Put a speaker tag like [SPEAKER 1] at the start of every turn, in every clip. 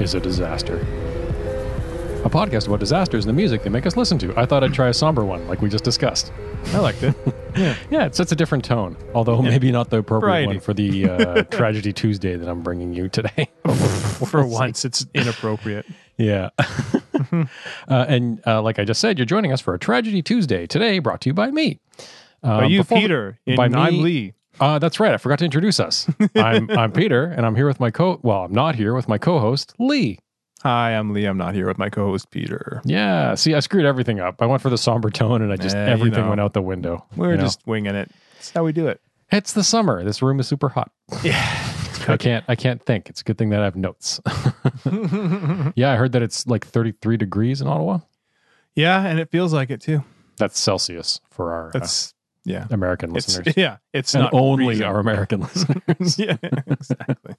[SPEAKER 1] is a disaster. A podcast about disasters and the music they make us listen to. I thought I'd try a somber one, like we just discussed.
[SPEAKER 2] I liked it.
[SPEAKER 1] Yeah, it sets a different tone, although maybe not the appropriate
[SPEAKER 2] Variety.
[SPEAKER 1] one for the uh, Tragedy Tuesday that I'm bringing you today.
[SPEAKER 2] For once, it's inappropriate.
[SPEAKER 1] Um, Yeah.
[SPEAKER 2] Mm-hmm.
[SPEAKER 1] uh, and uh, like I just said, you're joining us for a Tragedy Tuesday today, brought to you by me. Um,
[SPEAKER 2] But you,
[SPEAKER 1] before-
[SPEAKER 2] Peter, and
[SPEAKER 1] by
[SPEAKER 2] I'm
[SPEAKER 1] me-
[SPEAKER 2] Lee.
[SPEAKER 1] Uh, that's right. I forgot to introduce us. I'm, I'm Peter, and I'm here with my co. Well, I'm not here with my co-host Lee.
[SPEAKER 2] Hi, I'm Lee. I'm not here with my co-host Peter.
[SPEAKER 1] Yeah. See, I screwed everything up. I went for the somber tone, and I just
[SPEAKER 2] Eh, you
[SPEAKER 1] everything
[SPEAKER 2] know.
[SPEAKER 1] went out the window.
[SPEAKER 2] We're
[SPEAKER 1] you know?
[SPEAKER 2] just winging it. That's how we do it.
[SPEAKER 1] It's the summer. This room is super hot. I can't. I can't think. It's a good thing that I have notes. yeah, I heard that it's like 33 degrees in Ottawa.
[SPEAKER 2] yeah, and it feels like it too.
[SPEAKER 1] That's Celsius for our uh,
[SPEAKER 2] That's yeah.
[SPEAKER 1] American
[SPEAKER 2] It's
[SPEAKER 1] listeners.
[SPEAKER 2] yeah. It's
[SPEAKER 1] and
[SPEAKER 2] not
[SPEAKER 1] only
[SPEAKER 2] reason.
[SPEAKER 1] our American listeners.
[SPEAKER 2] yeah, exactly.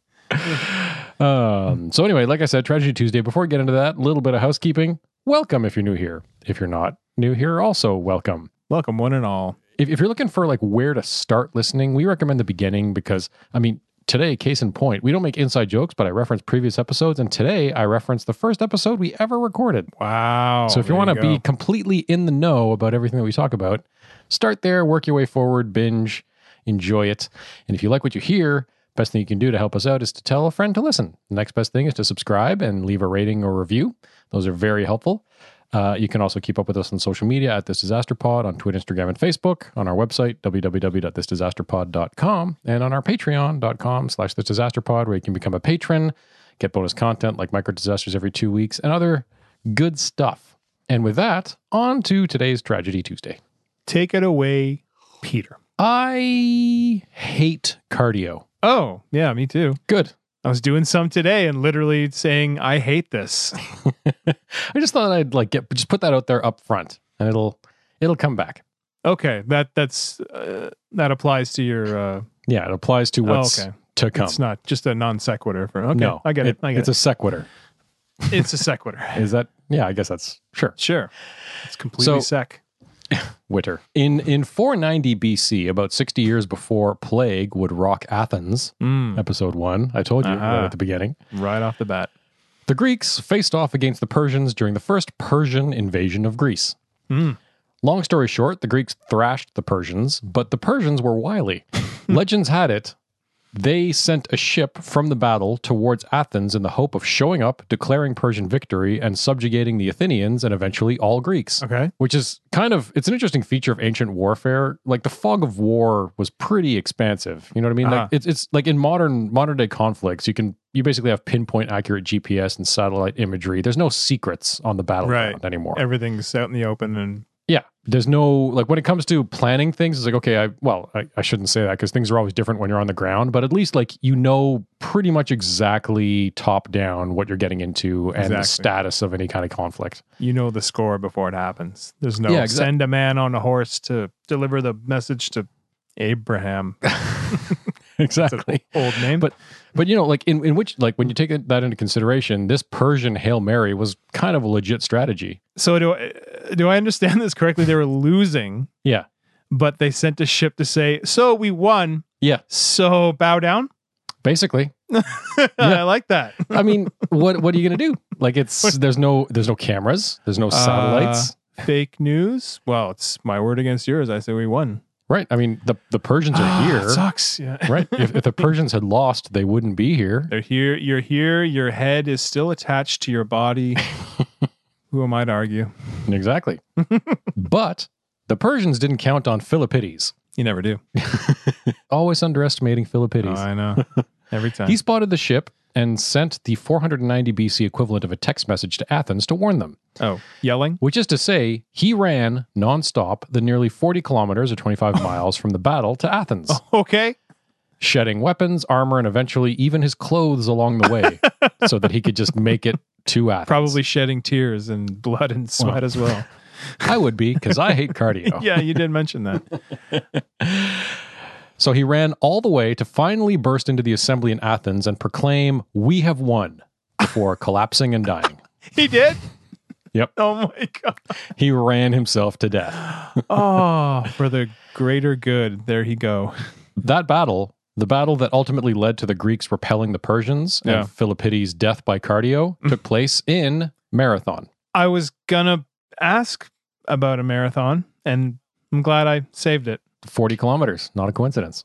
[SPEAKER 1] um, so anyway, like I said, Tragedy Tuesday. Before we get into that, a little bit of housekeeping. Welcome if you're new here. If you're not new here, also welcome.
[SPEAKER 2] Welcome, one and all.
[SPEAKER 1] If, if you're looking for like where to start listening, we recommend the beginning because I mean today, case in point, we don't make inside jokes, but I reference previous episodes, and today I reference the first episode we ever recorded.
[SPEAKER 2] Wow.
[SPEAKER 1] So if you
[SPEAKER 2] there
[SPEAKER 1] want to
[SPEAKER 2] go.
[SPEAKER 1] be completely in the know about everything that we talk about, start there, work your way forward, binge, enjoy it. And if you like what you hear, best thing you can do to help us out is to tell a friend to listen. The next best thing is to subscribe and leave a rating or review. Those are very helpful. Uh, you can also keep up with us on social media at This Disaster Pod on Twitter, Instagram, and Facebook, on our website, www.thisdisasterpod.com, and on our patreon.com slash This Disaster Pod, where you can become a patron, get bonus content like micro disasters every two weeks, and other good stuff. And with that, on to today's Tragedy Tuesday.
[SPEAKER 2] take it away, Peter.
[SPEAKER 1] I hate cardio.
[SPEAKER 2] Oh, yeah, me too.
[SPEAKER 1] Good.
[SPEAKER 2] I was doing some today and literally saying I hate this.
[SPEAKER 1] I just thought I'd like get just put that out there up front, and it'll it'll come back.
[SPEAKER 2] Okay, that that's uh, that applies to your uh
[SPEAKER 1] Yeah, it applies to what's
[SPEAKER 2] Oh, okay.
[SPEAKER 1] to come.
[SPEAKER 2] It's not just a non sequitur. For, okay,
[SPEAKER 1] no,
[SPEAKER 2] I get it. I get
[SPEAKER 1] it's a sequitur.
[SPEAKER 2] it. it's a sequitur.
[SPEAKER 1] Is that? Yeah, I guess that's sure.
[SPEAKER 2] Sure, it's completely
[SPEAKER 1] So-
[SPEAKER 2] sec.
[SPEAKER 1] Witter. In in 490 BC, about 60 years before plague would rock Athens.
[SPEAKER 2] Mm,
[SPEAKER 1] Episode one, I told you
[SPEAKER 2] Uh-huh.
[SPEAKER 1] right at the beginning.
[SPEAKER 2] right off the bat.
[SPEAKER 1] The Greeks faced off against the Persians during the first Persian invasion of Greece.
[SPEAKER 2] Mm.
[SPEAKER 1] Long story short, the Greeks thrashed the Persians, but the Persians were wily. Legends had it they sent a ship from the battle towards Athens in the hope of showing up, declaring Persian victory, and subjugating the Athenians and eventually all Greeks.
[SPEAKER 2] Okay.
[SPEAKER 1] Which is kind of it's an interesting feature of ancient warfare. Like the fog of war was pretty expansive. You know what I mean?
[SPEAKER 2] Uh-huh.
[SPEAKER 1] Like it's it's like in modern modern day conflicts, you can you basically have pinpoint accurate GPS and satellite imagery. There's no secrets on the battleground
[SPEAKER 2] Right.
[SPEAKER 1] anymore.
[SPEAKER 2] Everything's out in the open, and
[SPEAKER 1] Yeah, there's no like when it comes to planning things, it's like okay, I well, I, I shouldn't say that because things are always different when you're on the ground, but at least like you know pretty much exactly top down what you're getting into and the
[SPEAKER 2] Exactly.
[SPEAKER 1] status of any kind of conflict.
[SPEAKER 2] you know the score before it happens. There's no
[SPEAKER 1] Yeah, exa-
[SPEAKER 2] send a man on a horse to deliver the message to Abraham.
[SPEAKER 1] Exactly.
[SPEAKER 2] Old name,
[SPEAKER 1] But- But you know, like in, in which like when you take it- that into consideration, this Persian Hail Mary was kind of a legit strategy.
[SPEAKER 2] so do I, do I understand this correctly? They were losing.
[SPEAKER 1] Yeah.
[SPEAKER 2] But they sent a ship to say, "So we won."
[SPEAKER 1] Yeah.
[SPEAKER 2] So bow down.
[SPEAKER 1] Basically.
[SPEAKER 2] I like that.
[SPEAKER 1] I mean, what what are you gonna do? Like it's there's no there's no cameras, there's no satellites.
[SPEAKER 2] fake news. Well, it's my word against yours. I say we won.
[SPEAKER 1] right. I mean the, the Persians are
[SPEAKER 2] Ah,
[SPEAKER 1] here.
[SPEAKER 2] it sucks. Yeah.
[SPEAKER 1] right? If, if the Persians had lost, they wouldn't be here.
[SPEAKER 2] They're here. You're here. Your head is still attached to your body. Who am I to argue?
[SPEAKER 1] Exactly. but the Persians didn't count on Philippides.
[SPEAKER 2] You never do.
[SPEAKER 1] Always underestimating
[SPEAKER 2] Oh,
[SPEAKER 1] Philippides.
[SPEAKER 2] I know. Every time.
[SPEAKER 1] he spotted the ship and sent the 490 BC equivalent of a text message to Athens to warn them,
[SPEAKER 2] oh, yelling.
[SPEAKER 1] which is to say, he ran nonstop the nearly 40 kilometers or 25 miles from the battle to Athens,
[SPEAKER 2] Oh. Okay.
[SPEAKER 1] shedding weapons, armor, and eventually even his clothes along the way so that he could just make it to Athens.
[SPEAKER 2] Probably shedding tears and blood and sweat as well.
[SPEAKER 1] I would be because I hate cardio.
[SPEAKER 2] Yeah, you did mention that.
[SPEAKER 1] So he ran all the way to finally burst into the assembly in Athens and proclaim, We have won, before collapsing and dying.
[SPEAKER 2] He did.
[SPEAKER 1] Yep.
[SPEAKER 2] Oh my god.
[SPEAKER 1] He ran himself to death.
[SPEAKER 2] Ah, Oh, for the greater good. There he go.
[SPEAKER 1] That battle The battle that ultimately led to the Greeks repelling the Persians
[SPEAKER 2] Yeah.
[SPEAKER 1] and Philippides' death by cardio took place in Marathon.
[SPEAKER 2] I was gonna ask about a marathon, and I'm glad I saved it.
[SPEAKER 1] 40 kilometers, not a coincidence.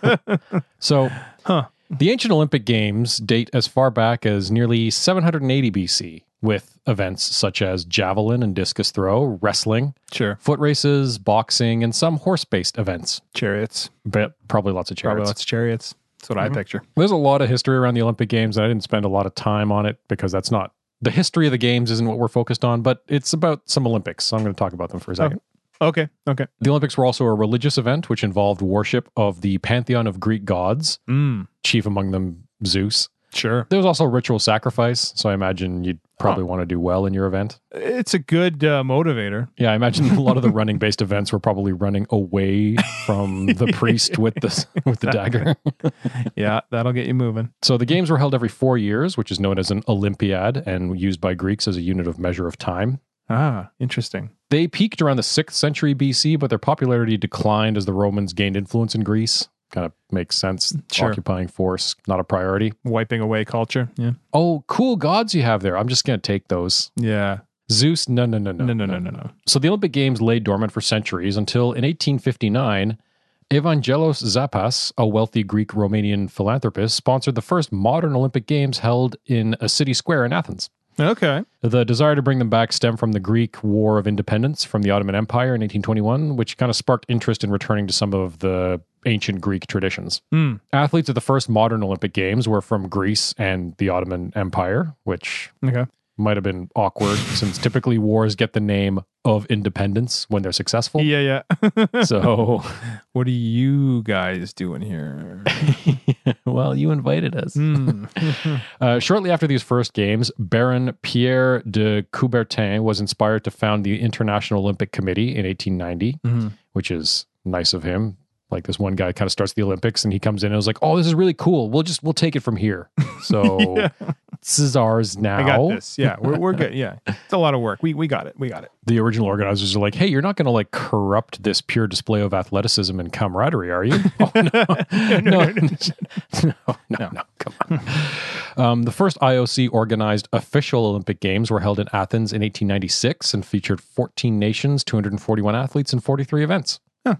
[SPEAKER 1] So,
[SPEAKER 2] Huh.
[SPEAKER 1] the ancient Olympic Games date as far back as nearly 780 BC, with events such as javelin and discus throw, wrestling,
[SPEAKER 2] sure,
[SPEAKER 1] foot races, boxing, and some horse based events.
[SPEAKER 2] chariots,
[SPEAKER 1] But probably lots of
[SPEAKER 2] probably
[SPEAKER 1] chariots.
[SPEAKER 2] lots of chariots. That's what
[SPEAKER 1] Mhm.
[SPEAKER 2] I picture.
[SPEAKER 1] There's a lot of history around the Olympic Games, and I didn't spend a lot of time on it because that's not the history of the games, isn't what we're focused on, but it's about some Olympics. So, I'm going to talk about them for a second.
[SPEAKER 2] Okay, okay.
[SPEAKER 1] The Olympics were also a religious event which involved worship of the pantheon of Greek gods,
[SPEAKER 2] Mm,
[SPEAKER 1] chief among them Zeus.
[SPEAKER 2] sure.
[SPEAKER 1] There was also ritual sacrifice, so I imagine you'd probably want to do well in your event.
[SPEAKER 2] It's a good uh, motivator.
[SPEAKER 1] Yeah, I imagine a lot of the running based events were probably running away from the priest with the with the dagger.
[SPEAKER 2] Yeah, that'll get you moving.
[SPEAKER 1] So the games were held every 4 years, which is known as an olympiad and used by Greeks as a unit of measure of time.
[SPEAKER 2] Ah, interesting.
[SPEAKER 1] They peaked around the 6th century BC, but their popularity declined as the Romans gained influence in Greece. Kind of makes sense.
[SPEAKER 2] Sure.
[SPEAKER 1] Occupying force, not a priority.
[SPEAKER 2] Wiping away culture. Yeah,
[SPEAKER 1] Oh, cool gods you have there. I'm just going to take those.
[SPEAKER 2] yeah.
[SPEAKER 1] Zeus, no, no, no, no.
[SPEAKER 2] No, no, no, no, no.
[SPEAKER 1] So the Olympic Games lay dormant for centuries until in 1859, Evangelos Zapas, a wealthy Greek Romanian philanthropist, sponsored the first modern Olympic Games held in a city square in Athens.
[SPEAKER 2] Okay.
[SPEAKER 1] The desire to bring them back stemmed from the Greek War of Independence from the Ottoman Empire in 1821, which kind of sparked interest in returning to some of the ancient Greek traditions.
[SPEAKER 2] Hmm.
[SPEAKER 1] Athletes of the first modern Olympic Games were from Greece and the Ottoman Empire, which
[SPEAKER 2] Okay.
[SPEAKER 1] might have been awkward since typically wars get the name of independence when they're successful.
[SPEAKER 2] Yeah, yeah.
[SPEAKER 1] So,
[SPEAKER 2] what are you guys doing here?
[SPEAKER 1] well, you invited us.
[SPEAKER 2] Hmm.
[SPEAKER 1] Uh, shortly after these first games, Baron Pierre de Coubertin was inspired to found the International Olympic Committee in 1890,
[SPEAKER 2] Mhm.
[SPEAKER 1] which is nice of him. Like this one guy kind of starts the Olympics and he comes in and was like, "Oh, this is really cool. We'll just we'll take it from here." So
[SPEAKER 2] Yeah.
[SPEAKER 1] this is ours now.
[SPEAKER 2] I got this. Yeah, we're, we're good. Yeah, it's a lot of work. We we got it. We got it.
[SPEAKER 1] the original organizers are like, hey, you're not going to like corrupt this pure display of athleticism and camaraderie, are you? oh, no. no, no, no, no, no, come on. Um, the first IOC organized official Olympic Games were held in Athens in 1896 and featured 14 nations, 241 athletes, and 43 events.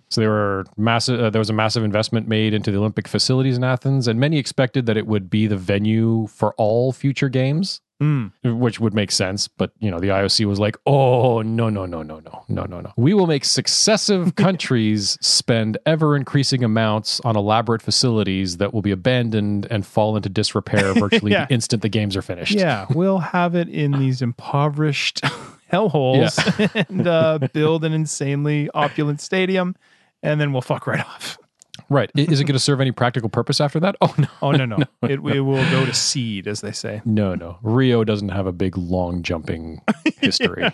[SPEAKER 1] So there were massive. Uh, there was a massive investment made into the Olympic facilities in Athens, and many expected that it would be the venue for all future games
[SPEAKER 2] Hmm.
[SPEAKER 1] which would make sense. But you know, the IOC was like, "Oh no, no, no, no, no, no, no, no. We will make successive countries spend ever increasing amounts on elaborate facilities that will be abandoned and fall into disrepair virtually
[SPEAKER 2] Yeah.
[SPEAKER 1] the instant the games are finished."
[SPEAKER 2] Yeah, we'll have it in these impoverished hellholes and uh, build an insanely opulent stadium, and then we'll fuck right off.
[SPEAKER 1] Right. I- Is it going to serve any practical purpose after that? Oh no.
[SPEAKER 2] Oh no, no, it, it will go to seed, as they say.
[SPEAKER 1] No, no. Rio doesn't have a big long jumping history.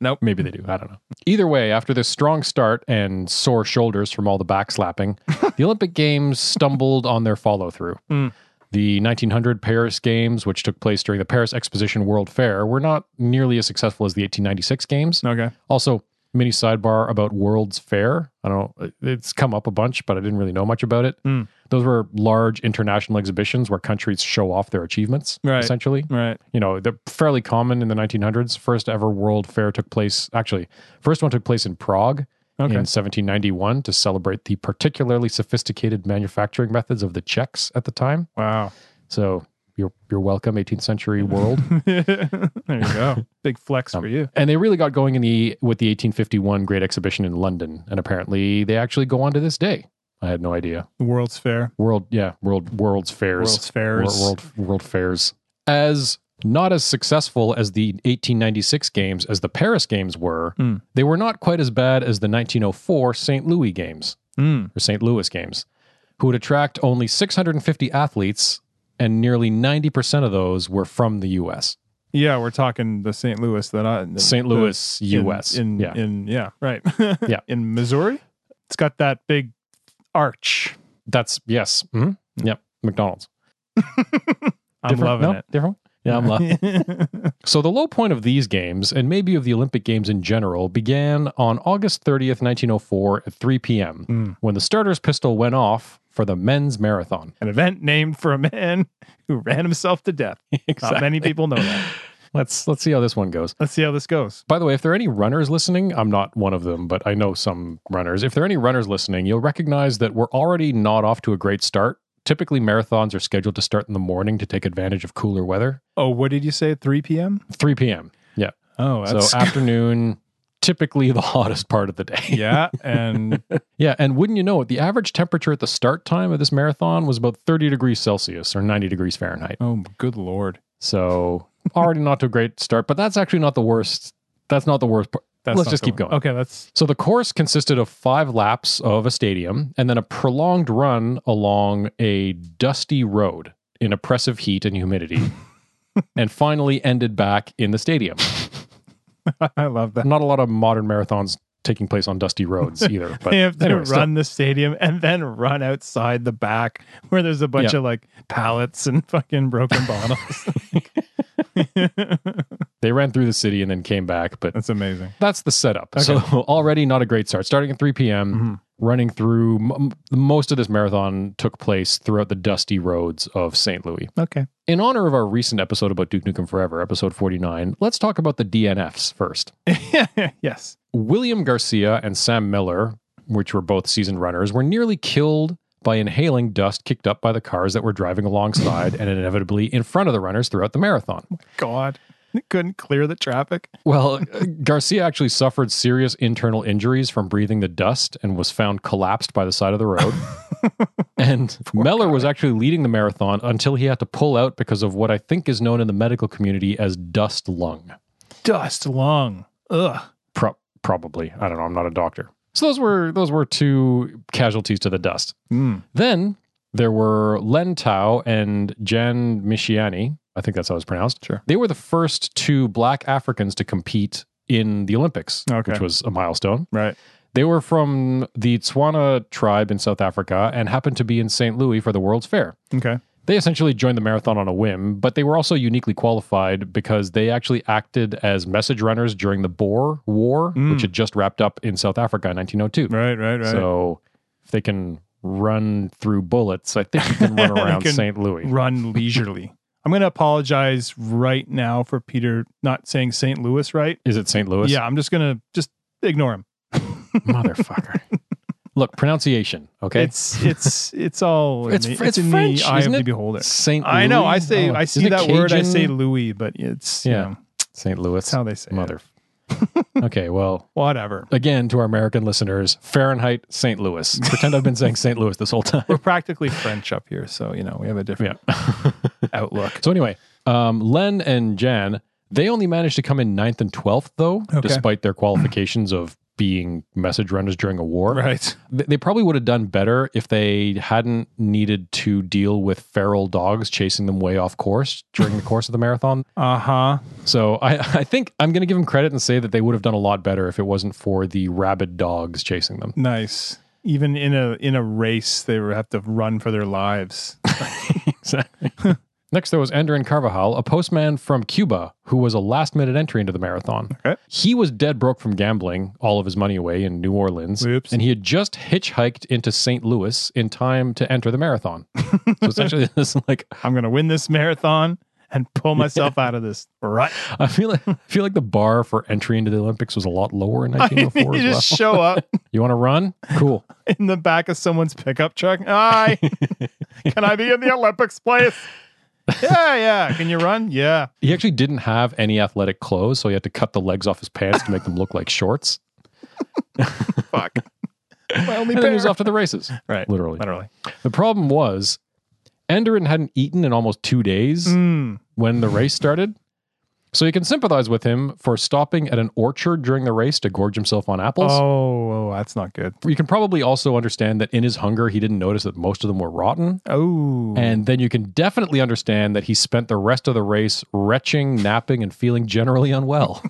[SPEAKER 2] Nope.
[SPEAKER 1] Maybe they do. I don't know. Either way, after this strong start and sore shoulders from all the back slapping, the Olympic Games stumbled on their follow through.
[SPEAKER 2] Mm.
[SPEAKER 1] The 1900 Paris Games, which took place during the Paris Exposition World Fair, were not nearly as successful as the 1896 Games.
[SPEAKER 2] Okay.
[SPEAKER 1] Also, mini sidebar about World's Fair. I don't know, it's come up a bunch, but I didn't really know much about it.
[SPEAKER 2] Hmm.
[SPEAKER 1] Those were large international exhibitions where countries show off their achievements,
[SPEAKER 2] Right.
[SPEAKER 1] essentially.
[SPEAKER 2] Right.
[SPEAKER 1] You know, they're fairly common in the 1900s. First ever World Fair took place, actually, first one took place in Prague
[SPEAKER 2] Okay.
[SPEAKER 1] in 1791 to celebrate the particularly sophisticated manufacturing methods of the Czechs at the time.
[SPEAKER 2] Wow.
[SPEAKER 1] So you're, you're welcome, 18th century world.
[SPEAKER 2] there you go. Big flex for you.
[SPEAKER 1] and they really got going in the with the 1851 Great Exhibition in London, and apparently they actually go on to this day. I had no idea.
[SPEAKER 2] World's Fair.
[SPEAKER 1] World, yeah, world, world's
[SPEAKER 2] World's
[SPEAKER 1] fairs,
[SPEAKER 2] Fairs.
[SPEAKER 1] Wor- world, world fairs. As not as successful as the 1896 games as the Paris games were,
[SPEAKER 2] Hmm.
[SPEAKER 1] they were not quite as bad as the 1904 St. Louis games
[SPEAKER 2] Mm.
[SPEAKER 1] or St. Louis games, who would attract only 650 athletes, and nearly 90% of those were from the U.S.
[SPEAKER 2] Yeah, we're talking the St. Louis that I the-
[SPEAKER 1] St.
[SPEAKER 2] the-
[SPEAKER 1] Louis,
[SPEAKER 2] in-
[SPEAKER 1] U.S.
[SPEAKER 2] in
[SPEAKER 1] yeah.
[SPEAKER 2] yeah. in yeah right
[SPEAKER 1] Yeah.
[SPEAKER 2] in Missouri. It's got that big arch.
[SPEAKER 1] That's yes. hmm Mm-hmm. Yep. McDonald's.
[SPEAKER 2] I'm
[SPEAKER 1] Different-
[SPEAKER 2] loving
[SPEAKER 1] no,
[SPEAKER 2] it.
[SPEAKER 1] Different. Yeah, I'm laughing. So the low point of these games, and maybe of the Olympic Games in general, began on August 30th, 1904 at 3 p.m.
[SPEAKER 2] Mm.
[SPEAKER 1] when the starter's pistol went off for the men's marathon.
[SPEAKER 2] An event named for a man who ran himself to death. Not many people know that.
[SPEAKER 1] Let's let's see how this one goes.
[SPEAKER 2] Let's see how this goes.
[SPEAKER 1] By the way, if there are any runners listening, I'm not one of them, but I know some runners. If there are any runners listening, you'll recognize that we're already not off to a great start. Typically, marathons are scheduled to start in the morning to take advantage of cooler weather.
[SPEAKER 2] Oh, what did you say? 3 p.m.?
[SPEAKER 1] 3 p.m.
[SPEAKER 2] Oh, that's
[SPEAKER 1] so afternoon, typically the hottest part of the day.
[SPEAKER 2] yeah, and
[SPEAKER 1] Yeah, and wouldn't you know it, the average temperature at the start time of this marathon was about 30 degrees Celsius or 90 degrees Fahrenheit.
[SPEAKER 2] oh, good lord,
[SPEAKER 1] So already not to a great start, but that's actually not the worst. That's not the worst part.
[SPEAKER 2] that's
[SPEAKER 1] Let's
[SPEAKER 2] not
[SPEAKER 1] just
[SPEAKER 2] the
[SPEAKER 1] keep
[SPEAKER 2] one.
[SPEAKER 1] going.
[SPEAKER 2] Okay, that's
[SPEAKER 1] So the course consisted of five laps of a stadium and then a prolonged run along a dusty road in oppressive heat and humidity, and finally ended back in the stadium.
[SPEAKER 2] I love that.
[SPEAKER 1] Not a lot of modern marathons taking place on dusty roads either. But
[SPEAKER 2] they have to
[SPEAKER 1] anyway,
[SPEAKER 2] run
[SPEAKER 1] still-
[SPEAKER 2] the stadium and then run outside the back where there's a bunch
[SPEAKER 1] Yeah.
[SPEAKER 2] of like pallets and fucking broken bottles.
[SPEAKER 1] they ran through the city and then came back, but
[SPEAKER 2] That's amazing.
[SPEAKER 1] that's the setup. So already not a great start. Starting at 3 p.m.,
[SPEAKER 2] Mhm.
[SPEAKER 1] running through m- m- most of this marathon took place throughout the dusty roads of St. Louis.
[SPEAKER 2] Okay.
[SPEAKER 1] In honor of our recent episode about Duke Nukem Forever, episode 49, let's talk about the DNFs first.
[SPEAKER 2] yes.
[SPEAKER 1] William Garcia and Sam Miller, which were both seasoned runners, were nearly killed by inhaling dust kicked up by the cars that were driving alongside and inevitably in front of the runners throughout the marathon.
[SPEAKER 2] God. Couldn't clear the traffic.
[SPEAKER 1] Well, uh, Garcia actually suffered serious internal injuries from breathing the dust and was found collapsed by the side of the road. and Meller was actually leading the marathon until he had to pull out because of what I think is known in the medical community as dust lung.
[SPEAKER 2] Dust lung. Ugh.
[SPEAKER 1] Pro- probably. I don't know. I'm not a doctor. So those were those were two casualties to the dust.
[SPEAKER 2] Mm.
[SPEAKER 1] Then there were Len Tao and Jan Mishiani. I think that's how it's pronounced.
[SPEAKER 2] Sure.
[SPEAKER 1] They were the first two black Africans to compete in the Olympics,
[SPEAKER 2] Okay.
[SPEAKER 1] which was a milestone.
[SPEAKER 2] Right.
[SPEAKER 1] They were from the Tswana tribe in South Africa and happened to be in St. Louis for the World's Fair.
[SPEAKER 2] Okay.
[SPEAKER 1] They essentially joined the marathon on a whim, but they were also uniquely qualified because they actually acted as message runners during the Boer War,
[SPEAKER 2] Mm.
[SPEAKER 1] which had just wrapped up in South Africa in 1902.
[SPEAKER 2] Right. Right. Right.
[SPEAKER 1] So if they can run through bullets, I think you can run
[SPEAKER 2] They
[SPEAKER 1] around
[SPEAKER 2] can
[SPEAKER 1] St. Louis.
[SPEAKER 2] Run leisurely. I'm going to apologize right now for Peter not saying St. Louis right.
[SPEAKER 1] Is it St. Louis?
[SPEAKER 2] Yeah, I'm just going to just ignore him.
[SPEAKER 1] Motherfucker. Look, pronunciation, okay?
[SPEAKER 2] It's it's it's all in
[SPEAKER 1] It's-
[SPEAKER 2] the-
[SPEAKER 1] it's
[SPEAKER 2] in
[SPEAKER 1] French,
[SPEAKER 2] the eye
[SPEAKER 1] isn't
[SPEAKER 2] of
[SPEAKER 1] it?
[SPEAKER 2] the beholder.
[SPEAKER 1] St.
[SPEAKER 2] I know. I
[SPEAKER 1] Louis?
[SPEAKER 2] say
[SPEAKER 1] Oh,
[SPEAKER 2] I see
[SPEAKER 1] isn't it
[SPEAKER 2] that word. I
[SPEAKER 1] Cajun?
[SPEAKER 2] say Louis, but it's yeah.
[SPEAKER 1] Yeah. St. Louis.
[SPEAKER 2] that's how they say it.
[SPEAKER 1] Mother. okay, well,
[SPEAKER 2] Whatever.
[SPEAKER 1] again, to our American listeners, Fahrenheit, St. Louis. Pretend I've been saying St. Louis this whole time.
[SPEAKER 2] We're practically French up here, so you know we have a different outlook.
[SPEAKER 1] So, anyway, um, Len and Jan, they only managed to come in ninth and 12th, though,
[SPEAKER 2] Okay.
[SPEAKER 1] despite their qualifications of being message runners during a war.
[SPEAKER 2] Right.
[SPEAKER 1] Th- They probably would have done better if they hadn't needed to deal with feral dogs chasing them way off course during the course of the marathon.
[SPEAKER 2] Uh huh.
[SPEAKER 1] So I, I think I'm going to give them credit and say that they would have done a lot better if it wasn't for the rabid dogs chasing them.
[SPEAKER 2] Nice. Even in a in a race, they would have to run for their lives.
[SPEAKER 1] Exactly. Next, there was Andrin Carvajal, a postman from Cuba who was a last minute entry into the marathon.
[SPEAKER 2] Okay.
[SPEAKER 1] He was dead broke from gambling, all of his money away in New Orleans.
[SPEAKER 2] Oops.
[SPEAKER 1] And he had just hitchhiked into St. Louis in time to enter the marathon. so essentially, this is like,
[SPEAKER 2] I'm gonna win this marathon and pull myself out of this rut.
[SPEAKER 1] I feel like, I feel like the bar for entry into the Olympics was a lot lower in
[SPEAKER 2] you
[SPEAKER 1] 1904 as well.
[SPEAKER 2] just show up
[SPEAKER 1] you want to run? Cool.
[SPEAKER 2] in the back of someone's pickup truck. Hi, can I be in the Olympics, please? Yeah, yeah. Can you run? Yeah.
[SPEAKER 1] He actually didn't have any athletic clothes, so he had to cut the legs off his pants to make them look like shorts.
[SPEAKER 2] Fuck. My only
[SPEAKER 1] And then he was
[SPEAKER 2] pair.
[SPEAKER 1] off to the races,
[SPEAKER 2] Right.
[SPEAKER 1] literally.
[SPEAKER 2] Literally.
[SPEAKER 1] The problem was Enderin hadn't eaten in almost two days
[SPEAKER 2] Mm.
[SPEAKER 1] when the race started. So you can sympathize with him for stopping at an orchard during the race to gorge himself on apples.
[SPEAKER 2] Oh, oh, that's not good.
[SPEAKER 1] You can probably also understand that in his hunger, he didn't notice that most of them were rotten.
[SPEAKER 2] Oh,
[SPEAKER 1] And then you can definitely understand that he spent the rest of the race retching, napping, and feeling generally unwell.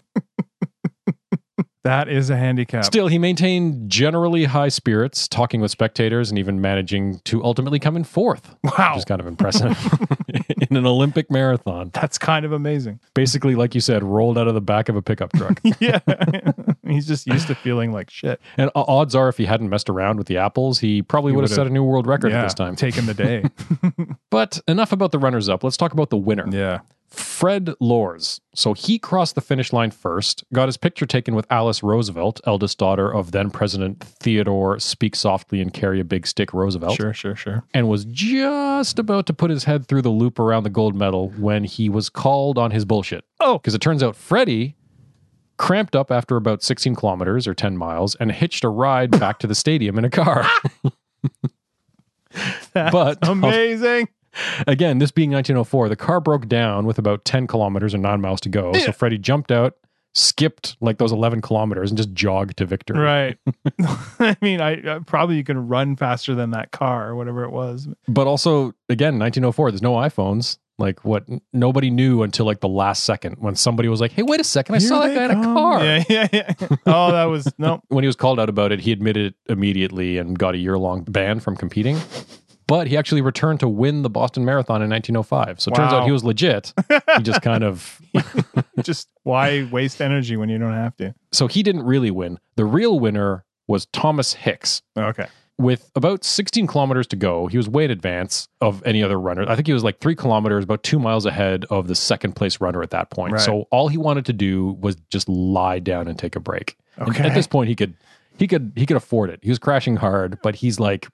[SPEAKER 2] That is a handicap.
[SPEAKER 1] Still, he maintained generally high spirits, talking with spectators and even managing to ultimately come in fourth,
[SPEAKER 2] wow.
[SPEAKER 1] which is kind of impressive in an Olympic marathon.
[SPEAKER 2] That's kind of amazing.
[SPEAKER 1] Basically, like you said, rolled out of the back of a pickup truck.
[SPEAKER 2] yeah. He's just used to feeling like shit.
[SPEAKER 1] and o- odds are, if he hadn't messed around with the apples, he probably
[SPEAKER 2] He
[SPEAKER 1] would have
[SPEAKER 2] would've-
[SPEAKER 1] set a new world record
[SPEAKER 2] yeah.
[SPEAKER 1] at this time.
[SPEAKER 2] Taking the day.
[SPEAKER 1] But enough about the runners up. Let's talk about the winner.
[SPEAKER 2] yeah.
[SPEAKER 1] Fred Lors. So he crossed the finish line first, got his picture taken with Alice Roosevelt, eldest daughter of then President Theodore Speak Softly and Carry a Big Stick Roosevelt,
[SPEAKER 2] Sure, sure, sure.
[SPEAKER 1] and was just about to put his head through the loop around the gold medal when he was called on his bullshit.
[SPEAKER 2] Oh.
[SPEAKER 1] Because it turns out Freddie cramped up after about 16 kilometers or 10 miles and hitched a ride back to the stadium in a car.
[SPEAKER 2] That's
[SPEAKER 1] But-
[SPEAKER 2] amazing.
[SPEAKER 1] Again, this being 1904, the car broke down with about 10 kilometers or nine miles to go. So Freddie jumped out, skipped like those 11 kilometers, and just jogged to victory.
[SPEAKER 2] Right. I mean, I, I probably you can run faster than that car or whatever it was.
[SPEAKER 1] But also, again, 1904, there's no iPhones. Like what n- nobody knew until like the last second when somebody was like, hey, wait a second, I
[SPEAKER 2] Here
[SPEAKER 1] saw that
[SPEAKER 2] they
[SPEAKER 1] guy in a
[SPEAKER 2] come.
[SPEAKER 1] car.
[SPEAKER 2] Yeah, yeah, yeah. Oh, that was no.
[SPEAKER 1] When he was called out about it, he admitted it immediately and got a year long ban from competing. But he actually returned to win the Boston Marathon in 1905. So it turns
[SPEAKER 2] Wow.
[SPEAKER 1] out he was legit. he just kind of
[SPEAKER 2] Just why waste energy when you don't have to?
[SPEAKER 1] So he didn't really win. The real winner was Thomas Hicks.
[SPEAKER 2] Okay.
[SPEAKER 1] With about 16 kilometers to go, he was way in advance of any other runner. I think he was like three kilometers, about two miles ahead of the second place runner at that point.
[SPEAKER 2] Right.
[SPEAKER 1] So all he wanted to do was just lie down and take a break. And
[SPEAKER 2] Okay.
[SPEAKER 1] at this point, he could, he could, he could afford it. He was crashing hard, but he's like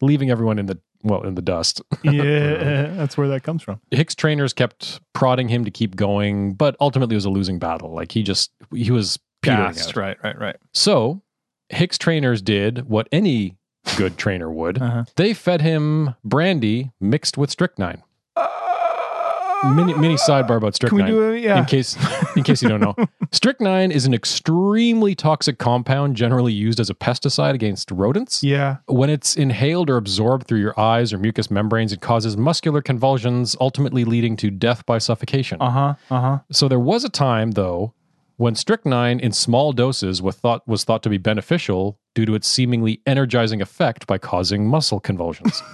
[SPEAKER 1] leaving everyone in the well in the dust.
[SPEAKER 2] Yeah, that's where that comes from.
[SPEAKER 1] Hicks trainers kept prodding him to keep going, but ultimately it was a losing battle. Like he just he was petering out.
[SPEAKER 2] Gassed, right, right, right.
[SPEAKER 1] So Hicks trainers did what any good trainer would.
[SPEAKER 2] Uh-huh.
[SPEAKER 1] They fed him brandy mixed with strychnine. Mini mini sidebar about
[SPEAKER 2] Can
[SPEAKER 1] strychnine.
[SPEAKER 2] we do it?
[SPEAKER 1] In
[SPEAKER 2] Yeah.
[SPEAKER 1] case in case you don't know. strychnine is an extremely toxic compound generally used as a pesticide against rodents.
[SPEAKER 2] Yeah.
[SPEAKER 1] When it's inhaled or absorbed through your eyes or mucous membranes, it causes muscular convulsions, ultimately leading to death by suffocation.
[SPEAKER 2] Uh huh. Uh huh.
[SPEAKER 1] So there was a time though when strychnine in small doses was thought was thought to be beneficial due to its seemingly energizing effect by causing muscle convulsions.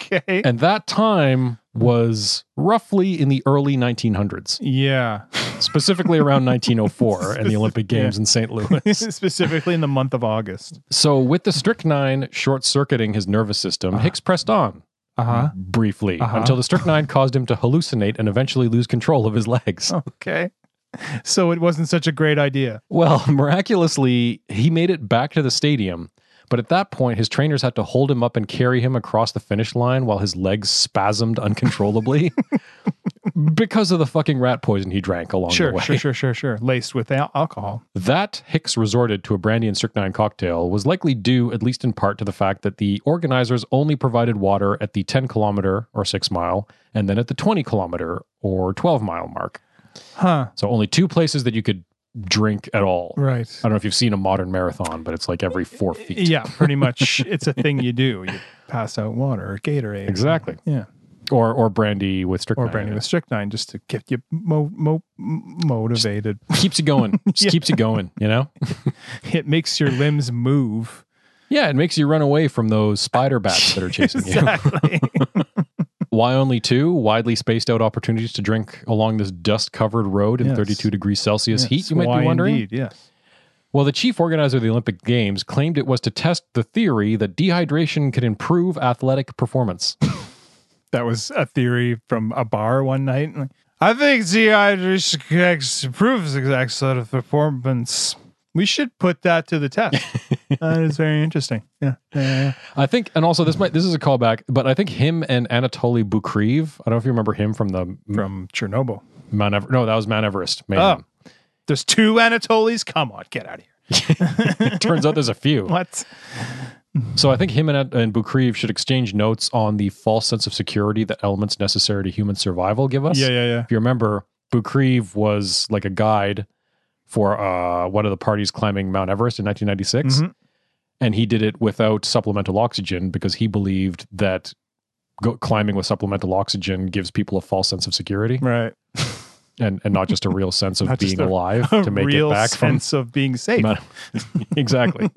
[SPEAKER 2] Okay.
[SPEAKER 1] and that time was roughly in the early 1900s,
[SPEAKER 2] Yeah.
[SPEAKER 1] specifically around 1904 and the Olympic
[SPEAKER 2] Yeah.
[SPEAKER 1] Games in St. Louis.
[SPEAKER 2] Specifically in the month of August.
[SPEAKER 1] So with the strychnine short-circuiting his nervous system,
[SPEAKER 2] Uh-huh.
[SPEAKER 1] Hicks pressed on
[SPEAKER 2] Uh huh.
[SPEAKER 1] briefly
[SPEAKER 2] Uh-huh.
[SPEAKER 1] until the strychnine caused him to hallucinate and eventually lose control of his legs.
[SPEAKER 2] Oh. Okay. So it wasn't such a great idea.
[SPEAKER 1] Well, miraculously, he made it back to the stadium. But at that point, his trainers had to hold him up and carry him across the finish line while his legs spasmed uncontrollably because of the fucking rat poison he drank along the
[SPEAKER 2] Sure,
[SPEAKER 1] way.
[SPEAKER 2] sure, sure, sure, sure. Laced with al- alcohol.
[SPEAKER 1] That Hicks resorted to a brandy and strychnine cocktail was likely due, at least in part, to the fact that the organizers only provided water at the 10 kilometer or 6 mile and then at the 20 kilometer or 12 mile mark.
[SPEAKER 2] Huh.
[SPEAKER 1] So only two places that you could drink at all.
[SPEAKER 2] Right.
[SPEAKER 1] I don't know if you've seen a modern marathon, but it's like every four feet.
[SPEAKER 2] Yeah, pretty much. it's a thing you do. You pass out water or Gatorade.
[SPEAKER 1] Exactly.
[SPEAKER 2] Yeah.
[SPEAKER 1] Or or brandy with strychnine.
[SPEAKER 2] Or brandy with strychnine just to get you mo- mo- motivated.
[SPEAKER 1] keeps you going. Just
[SPEAKER 2] Yeah.
[SPEAKER 1] keeps you going, you know?
[SPEAKER 2] It makes your limbs move.
[SPEAKER 1] Yeah, it makes you run away from those spider bats that are chasing you.
[SPEAKER 2] exactly.
[SPEAKER 1] Why only two widely spaced out opportunities to drink along this dust covered road in
[SPEAKER 2] Yes.
[SPEAKER 1] 32 degrees Celsius
[SPEAKER 2] Yes,
[SPEAKER 1] heat, you might
[SPEAKER 2] why
[SPEAKER 1] be wondering?
[SPEAKER 2] Indeed, yes.
[SPEAKER 1] Well, the chief organizer of the Olympic Games claimed it was to test the theory that dehydration could improve athletic performance.
[SPEAKER 2] That was a theory from a bar one night. I think dehydration proves exact sort of performance. We should put that to the test. that is very interesting. Yeah. yeah, yeah.
[SPEAKER 1] I think, and also this might this is a callback, but I think him and Anatoly Bukreev. I don't know if you remember him from the
[SPEAKER 2] From Chernobyl.
[SPEAKER 1] Mount Everest. No, that was Mount Everest. Man,
[SPEAKER 2] Oh. There's two Anatolis. Come on, get out of here.
[SPEAKER 1] turns out there's a few.
[SPEAKER 2] What?
[SPEAKER 1] So I think him and, and Bukreev should exchange notes on the false sense of security that elements necessary to human survival give us.
[SPEAKER 2] yeah, yeah.
[SPEAKER 1] If you remember, Bukreev was like a guide for uh, one of the parties climbing Mount Everest in 1996,
[SPEAKER 2] Mhm.
[SPEAKER 1] and he did it without supplemental oxygen because he believed that go- climbing with supplemental oxygen gives people a false sense of security.
[SPEAKER 2] Right.
[SPEAKER 1] and and not just a real sense of
[SPEAKER 2] Not just
[SPEAKER 1] being
[SPEAKER 2] a-
[SPEAKER 1] alive
[SPEAKER 2] A
[SPEAKER 1] to make
[SPEAKER 2] real
[SPEAKER 1] it back from
[SPEAKER 2] sense of being safe.
[SPEAKER 1] Not- exactly.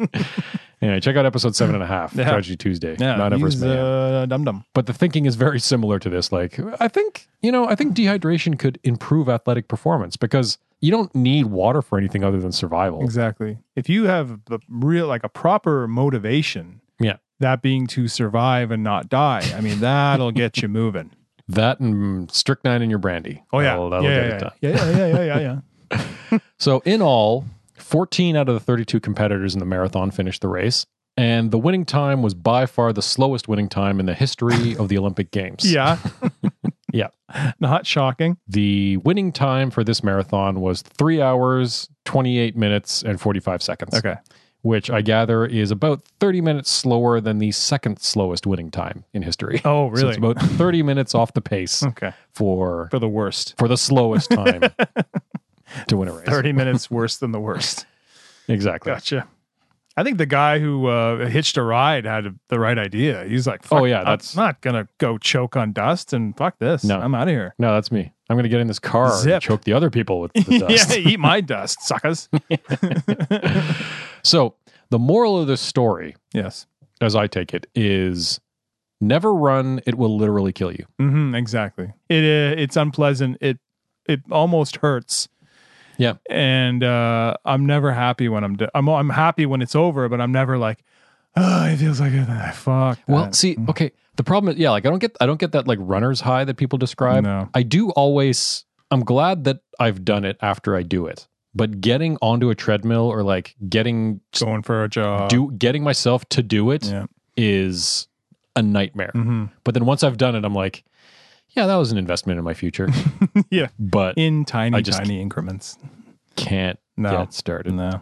[SPEAKER 1] anyway, check out episode seven and a half,
[SPEAKER 2] Yeah.
[SPEAKER 1] Tragedy Tuesday.
[SPEAKER 2] yeah,
[SPEAKER 1] Not Everest
[SPEAKER 2] use
[SPEAKER 1] Man.
[SPEAKER 2] the dum dum.
[SPEAKER 1] But the thinking is very similar to this. Like, I think, you know, I think dehydration could improve athletic performance because you don't need water for anything other than survival.
[SPEAKER 2] Exactly. If you have the real, like a proper motivation,
[SPEAKER 1] Yeah.
[SPEAKER 2] that being to survive and not die. I mean, that'll get you moving.
[SPEAKER 1] That and strychnine in your brandy.
[SPEAKER 2] Oh yeah,
[SPEAKER 1] That'll, that'll
[SPEAKER 2] yeah,
[SPEAKER 1] get
[SPEAKER 2] yeah,
[SPEAKER 1] it done.
[SPEAKER 2] yeah, yeah, yeah, yeah, yeah, yeah.
[SPEAKER 1] So, in all, 14 out of the 32 competitors in the marathon finished the race. And the winning time was by far the slowest winning time in the history of the Olympic Games.
[SPEAKER 2] Yeah.
[SPEAKER 1] Yeah.
[SPEAKER 2] Not shocking.
[SPEAKER 1] The winning time for this marathon was three hours, 28 minutes, and 45 seconds,
[SPEAKER 2] Okay.
[SPEAKER 1] which I gather is about 30 minutes slower than the second slowest winning time in history.
[SPEAKER 2] Oh,
[SPEAKER 1] So
[SPEAKER 2] really? Hmm.
[SPEAKER 1] it's about 30 minutes off the pace
[SPEAKER 2] okay.
[SPEAKER 1] for,
[SPEAKER 2] For the worst.
[SPEAKER 1] for the slowest time to win a race.
[SPEAKER 2] 30 minutes worse than the worst.
[SPEAKER 1] Exactly.
[SPEAKER 2] Gotcha. I think the guy who uh, hitched a ride had the right idea. He's like, Fuck,
[SPEAKER 1] Oh, yeah,
[SPEAKER 2] I'm
[SPEAKER 1] that's-
[SPEAKER 2] not going to go choke on dust and fuck this.
[SPEAKER 1] No.
[SPEAKER 2] I'm out of here.
[SPEAKER 1] No, that's me. I'm going to get in this car
[SPEAKER 2] Zip.
[SPEAKER 1] and choke the other people with the dust.
[SPEAKER 2] yeah, eat my dust, suckers.
[SPEAKER 1] So, the moral of this story,
[SPEAKER 2] yes.
[SPEAKER 1] as I take it, is never run. It will literally kill you.
[SPEAKER 2] hmm exactly. It uh, it's unpleasant. It it almost hurts.
[SPEAKER 1] Yeah.
[SPEAKER 2] And uh, I'm never happy when I'm do- I'm I'm happy when it's over, but I'm never like, oh, it feels like a fuck.
[SPEAKER 1] Well,
[SPEAKER 2] that." Mm.
[SPEAKER 1] see, okay. The problem is, yeah, like I don't get, I don't get that like runner's high that people describe.
[SPEAKER 2] no.
[SPEAKER 1] I do always. I'm glad that I've done it after I do it. But getting onto a treadmill or like getting
[SPEAKER 2] going for a job.
[SPEAKER 1] do getting myself to do it is
[SPEAKER 2] Oh. yeah.
[SPEAKER 1] a nightmare.
[SPEAKER 2] hmm
[SPEAKER 1] But then once I've done it, I'm like, yeah, that was an investment in my future.
[SPEAKER 2] Yeah.
[SPEAKER 1] but
[SPEAKER 2] In tiny,
[SPEAKER 1] I just-
[SPEAKER 2] tiny increments.
[SPEAKER 1] can't
[SPEAKER 2] No.
[SPEAKER 1] get started.
[SPEAKER 2] No,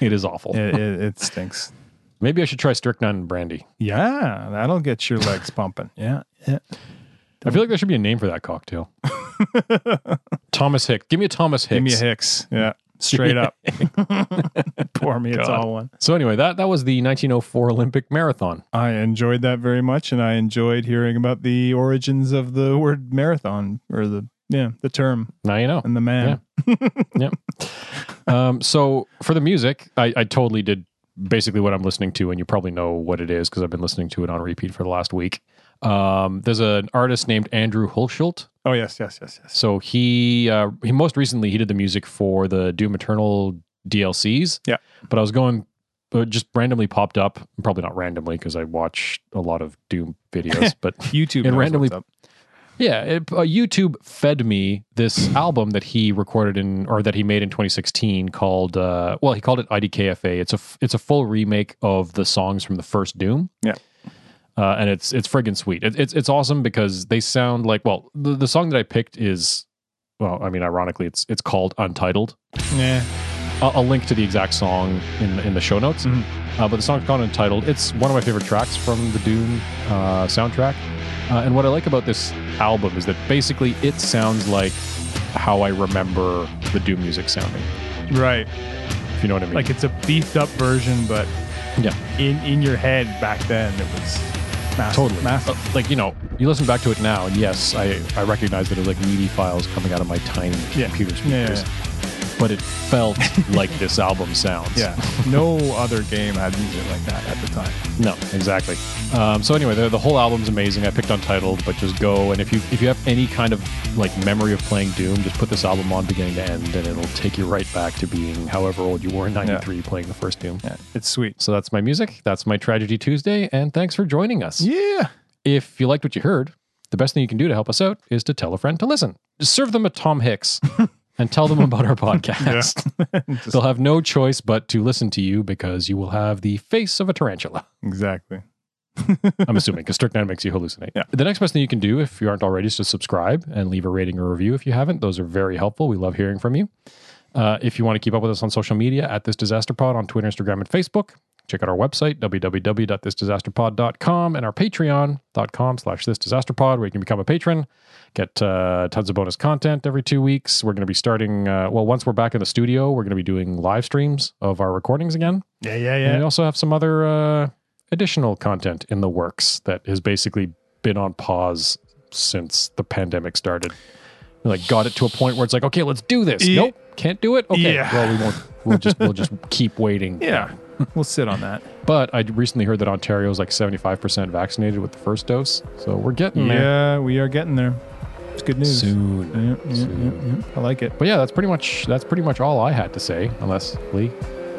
[SPEAKER 1] It is awful.
[SPEAKER 2] it, it, it stinks.
[SPEAKER 1] Maybe I should try strychnine and brandy.
[SPEAKER 2] Yeah, that'll get your legs pumping. Yeah, yeah.
[SPEAKER 1] I feel like there should be a name for that cocktail. Thomas Hicks. Give me a Thomas Hicks.
[SPEAKER 2] Give me a Hicks. Yeah, straight up. Pour me, it's
[SPEAKER 1] God.
[SPEAKER 2] all one.
[SPEAKER 1] So anyway, that that was the 1904 Olympic marathon.
[SPEAKER 2] I enjoyed that very much, and I enjoyed hearing about the origins of the word marathon or the yeah the term
[SPEAKER 1] Now you know.
[SPEAKER 2] and the man.
[SPEAKER 1] Yeah. Um, so for the music, I, I totally did basically what I'm listening to, and you probably know what it is because I've been listening to it on repeat for the last week. Um, there's an artist named Andrew Hulschult.
[SPEAKER 2] Oh yes, yes, yes, yes.
[SPEAKER 1] So he uh, he most recently he did the music for the Doom Eternal DLCs.
[SPEAKER 2] Yeah.
[SPEAKER 1] but I was going. But just randomly popped up, probably not randomly because I watch a lot of Doom videos, but
[SPEAKER 2] YouTube
[SPEAKER 1] It
[SPEAKER 2] knows
[SPEAKER 1] randomly-
[SPEAKER 2] what's up.
[SPEAKER 1] Yeah, it, uh, YouTube fed me this album that he recorded in or that he made in 2016 called uh, well, he called it IDKFA. It's a f- it's a full remake of the songs from the first Doom.
[SPEAKER 2] Yeah.
[SPEAKER 1] Uh, and it's it's friggin' sweet. It, it's it's awesome because they sound like well, the, the song that I picked is well, I mean, ironically, it's it's called Untitled.
[SPEAKER 2] Yeah,
[SPEAKER 1] I'll, I'll link to the exact song in in the show notes.
[SPEAKER 2] Mhm.
[SPEAKER 1] Uh, but the song's called Untitled. It's one of my favorite tracks from the Doom uh, soundtrack. Uh, and what I like about this album is that basically it sounds like how I remember the Doom music sounding.
[SPEAKER 2] right.
[SPEAKER 1] If you know what I mean?
[SPEAKER 2] Like it's a beefed up version, but
[SPEAKER 1] yeah,
[SPEAKER 2] in in your head back then it was massive,
[SPEAKER 1] totally.
[SPEAKER 2] massive.
[SPEAKER 1] Uh, like you know, you listen back to it now, and yes, I I recognize that it's like MIDI files coming out of my tiny
[SPEAKER 2] Yeah.
[SPEAKER 1] computer speakers.
[SPEAKER 2] Yeah, yeah,
[SPEAKER 1] But it felt like this album sounds.
[SPEAKER 2] Yeah. No other game had music like that at the time.
[SPEAKER 1] No, exactly. Um, so anyway, the, the whole album's amazing. I picked Untitled, but just go and if you if you have any kind of like memory of playing Doom, just put this album on beginning to end, and it'll take you right back to being however old you were in '93 playing the first Doom.
[SPEAKER 2] Yeah. It's sweet.
[SPEAKER 1] So that's my music. That's my Tragedy Tuesday, and thanks for joining us.
[SPEAKER 2] Yeah.
[SPEAKER 1] If you liked what you heard, the best thing you can do to help us out is to tell a friend to listen. Just serve them a Tom Hicks and tell them about our podcast. They'll have no choice but to listen to you because you will have the face of a tarantula.
[SPEAKER 2] Exactly.
[SPEAKER 1] I'm assuming because strychnine makes you hallucinate.
[SPEAKER 2] Yeah.
[SPEAKER 1] The next best thing you can do if you aren't already is to subscribe and leave a rating or review if you haven't. Those are very helpful. We love hearing from you. Uh, if you want to keep up with us on social media at This Disaster Pod on Twitter, Instagram, and Facebook, check out our website, www.thisdisasterpod.com and our patreon.com slash this disaster pod where you can become a patron, get uh, tons of bonus content every two weeks. We're going to be starting, uh, well, once we're back in the studio, we're going to be doing live streams of our recordings again.
[SPEAKER 2] Yeah, yeah,
[SPEAKER 1] And we
[SPEAKER 2] yeah.
[SPEAKER 1] also have some other uh, additional content in the works that has basically been on pause since the pandemic started. We, like got it to a point where it's like, okay, let's do this.
[SPEAKER 2] Ye-
[SPEAKER 1] nope, can't do it. Okay,
[SPEAKER 2] Yeah.
[SPEAKER 1] well we won't. We'll just we'll just keep waiting.
[SPEAKER 2] Yeah, we'll sit on that.
[SPEAKER 1] But I recently heard that Ontario is like seventy five percent vaccinated with the first dose, so we're getting there
[SPEAKER 2] Yeah, we are getting there. It's good news.
[SPEAKER 1] soon.
[SPEAKER 2] Yeah, yeah, yeah, yeah. I like it.
[SPEAKER 1] But yeah, that's pretty much that's pretty much all I had to say. Unless Lee,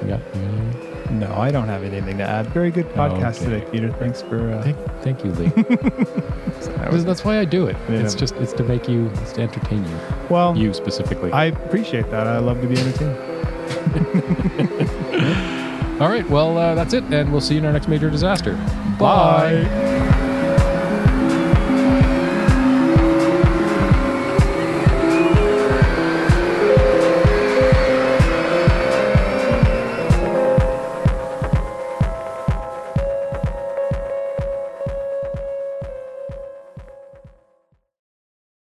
[SPEAKER 1] you got anything?
[SPEAKER 2] No, I don't have anything to add. Very good podcast
[SPEAKER 1] Okay.
[SPEAKER 2] today, Peter. Thanks for. Uh,
[SPEAKER 1] thank, thank you, Lee.
[SPEAKER 2] that was-
[SPEAKER 1] Because that's why I do it.
[SPEAKER 2] Yeah.
[SPEAKER 1] It's just it's to make you, it's to entertain you,
[SPEAKER 2] well,
[SPEAKER 1] you specifically.
[SPEAKER 2] I appreciate that. I love to be entertained.
[SPEAKER 1] All right, well uh, that's it, and we'll see you in our next major disaster.
[SPEAKER 2] Bye.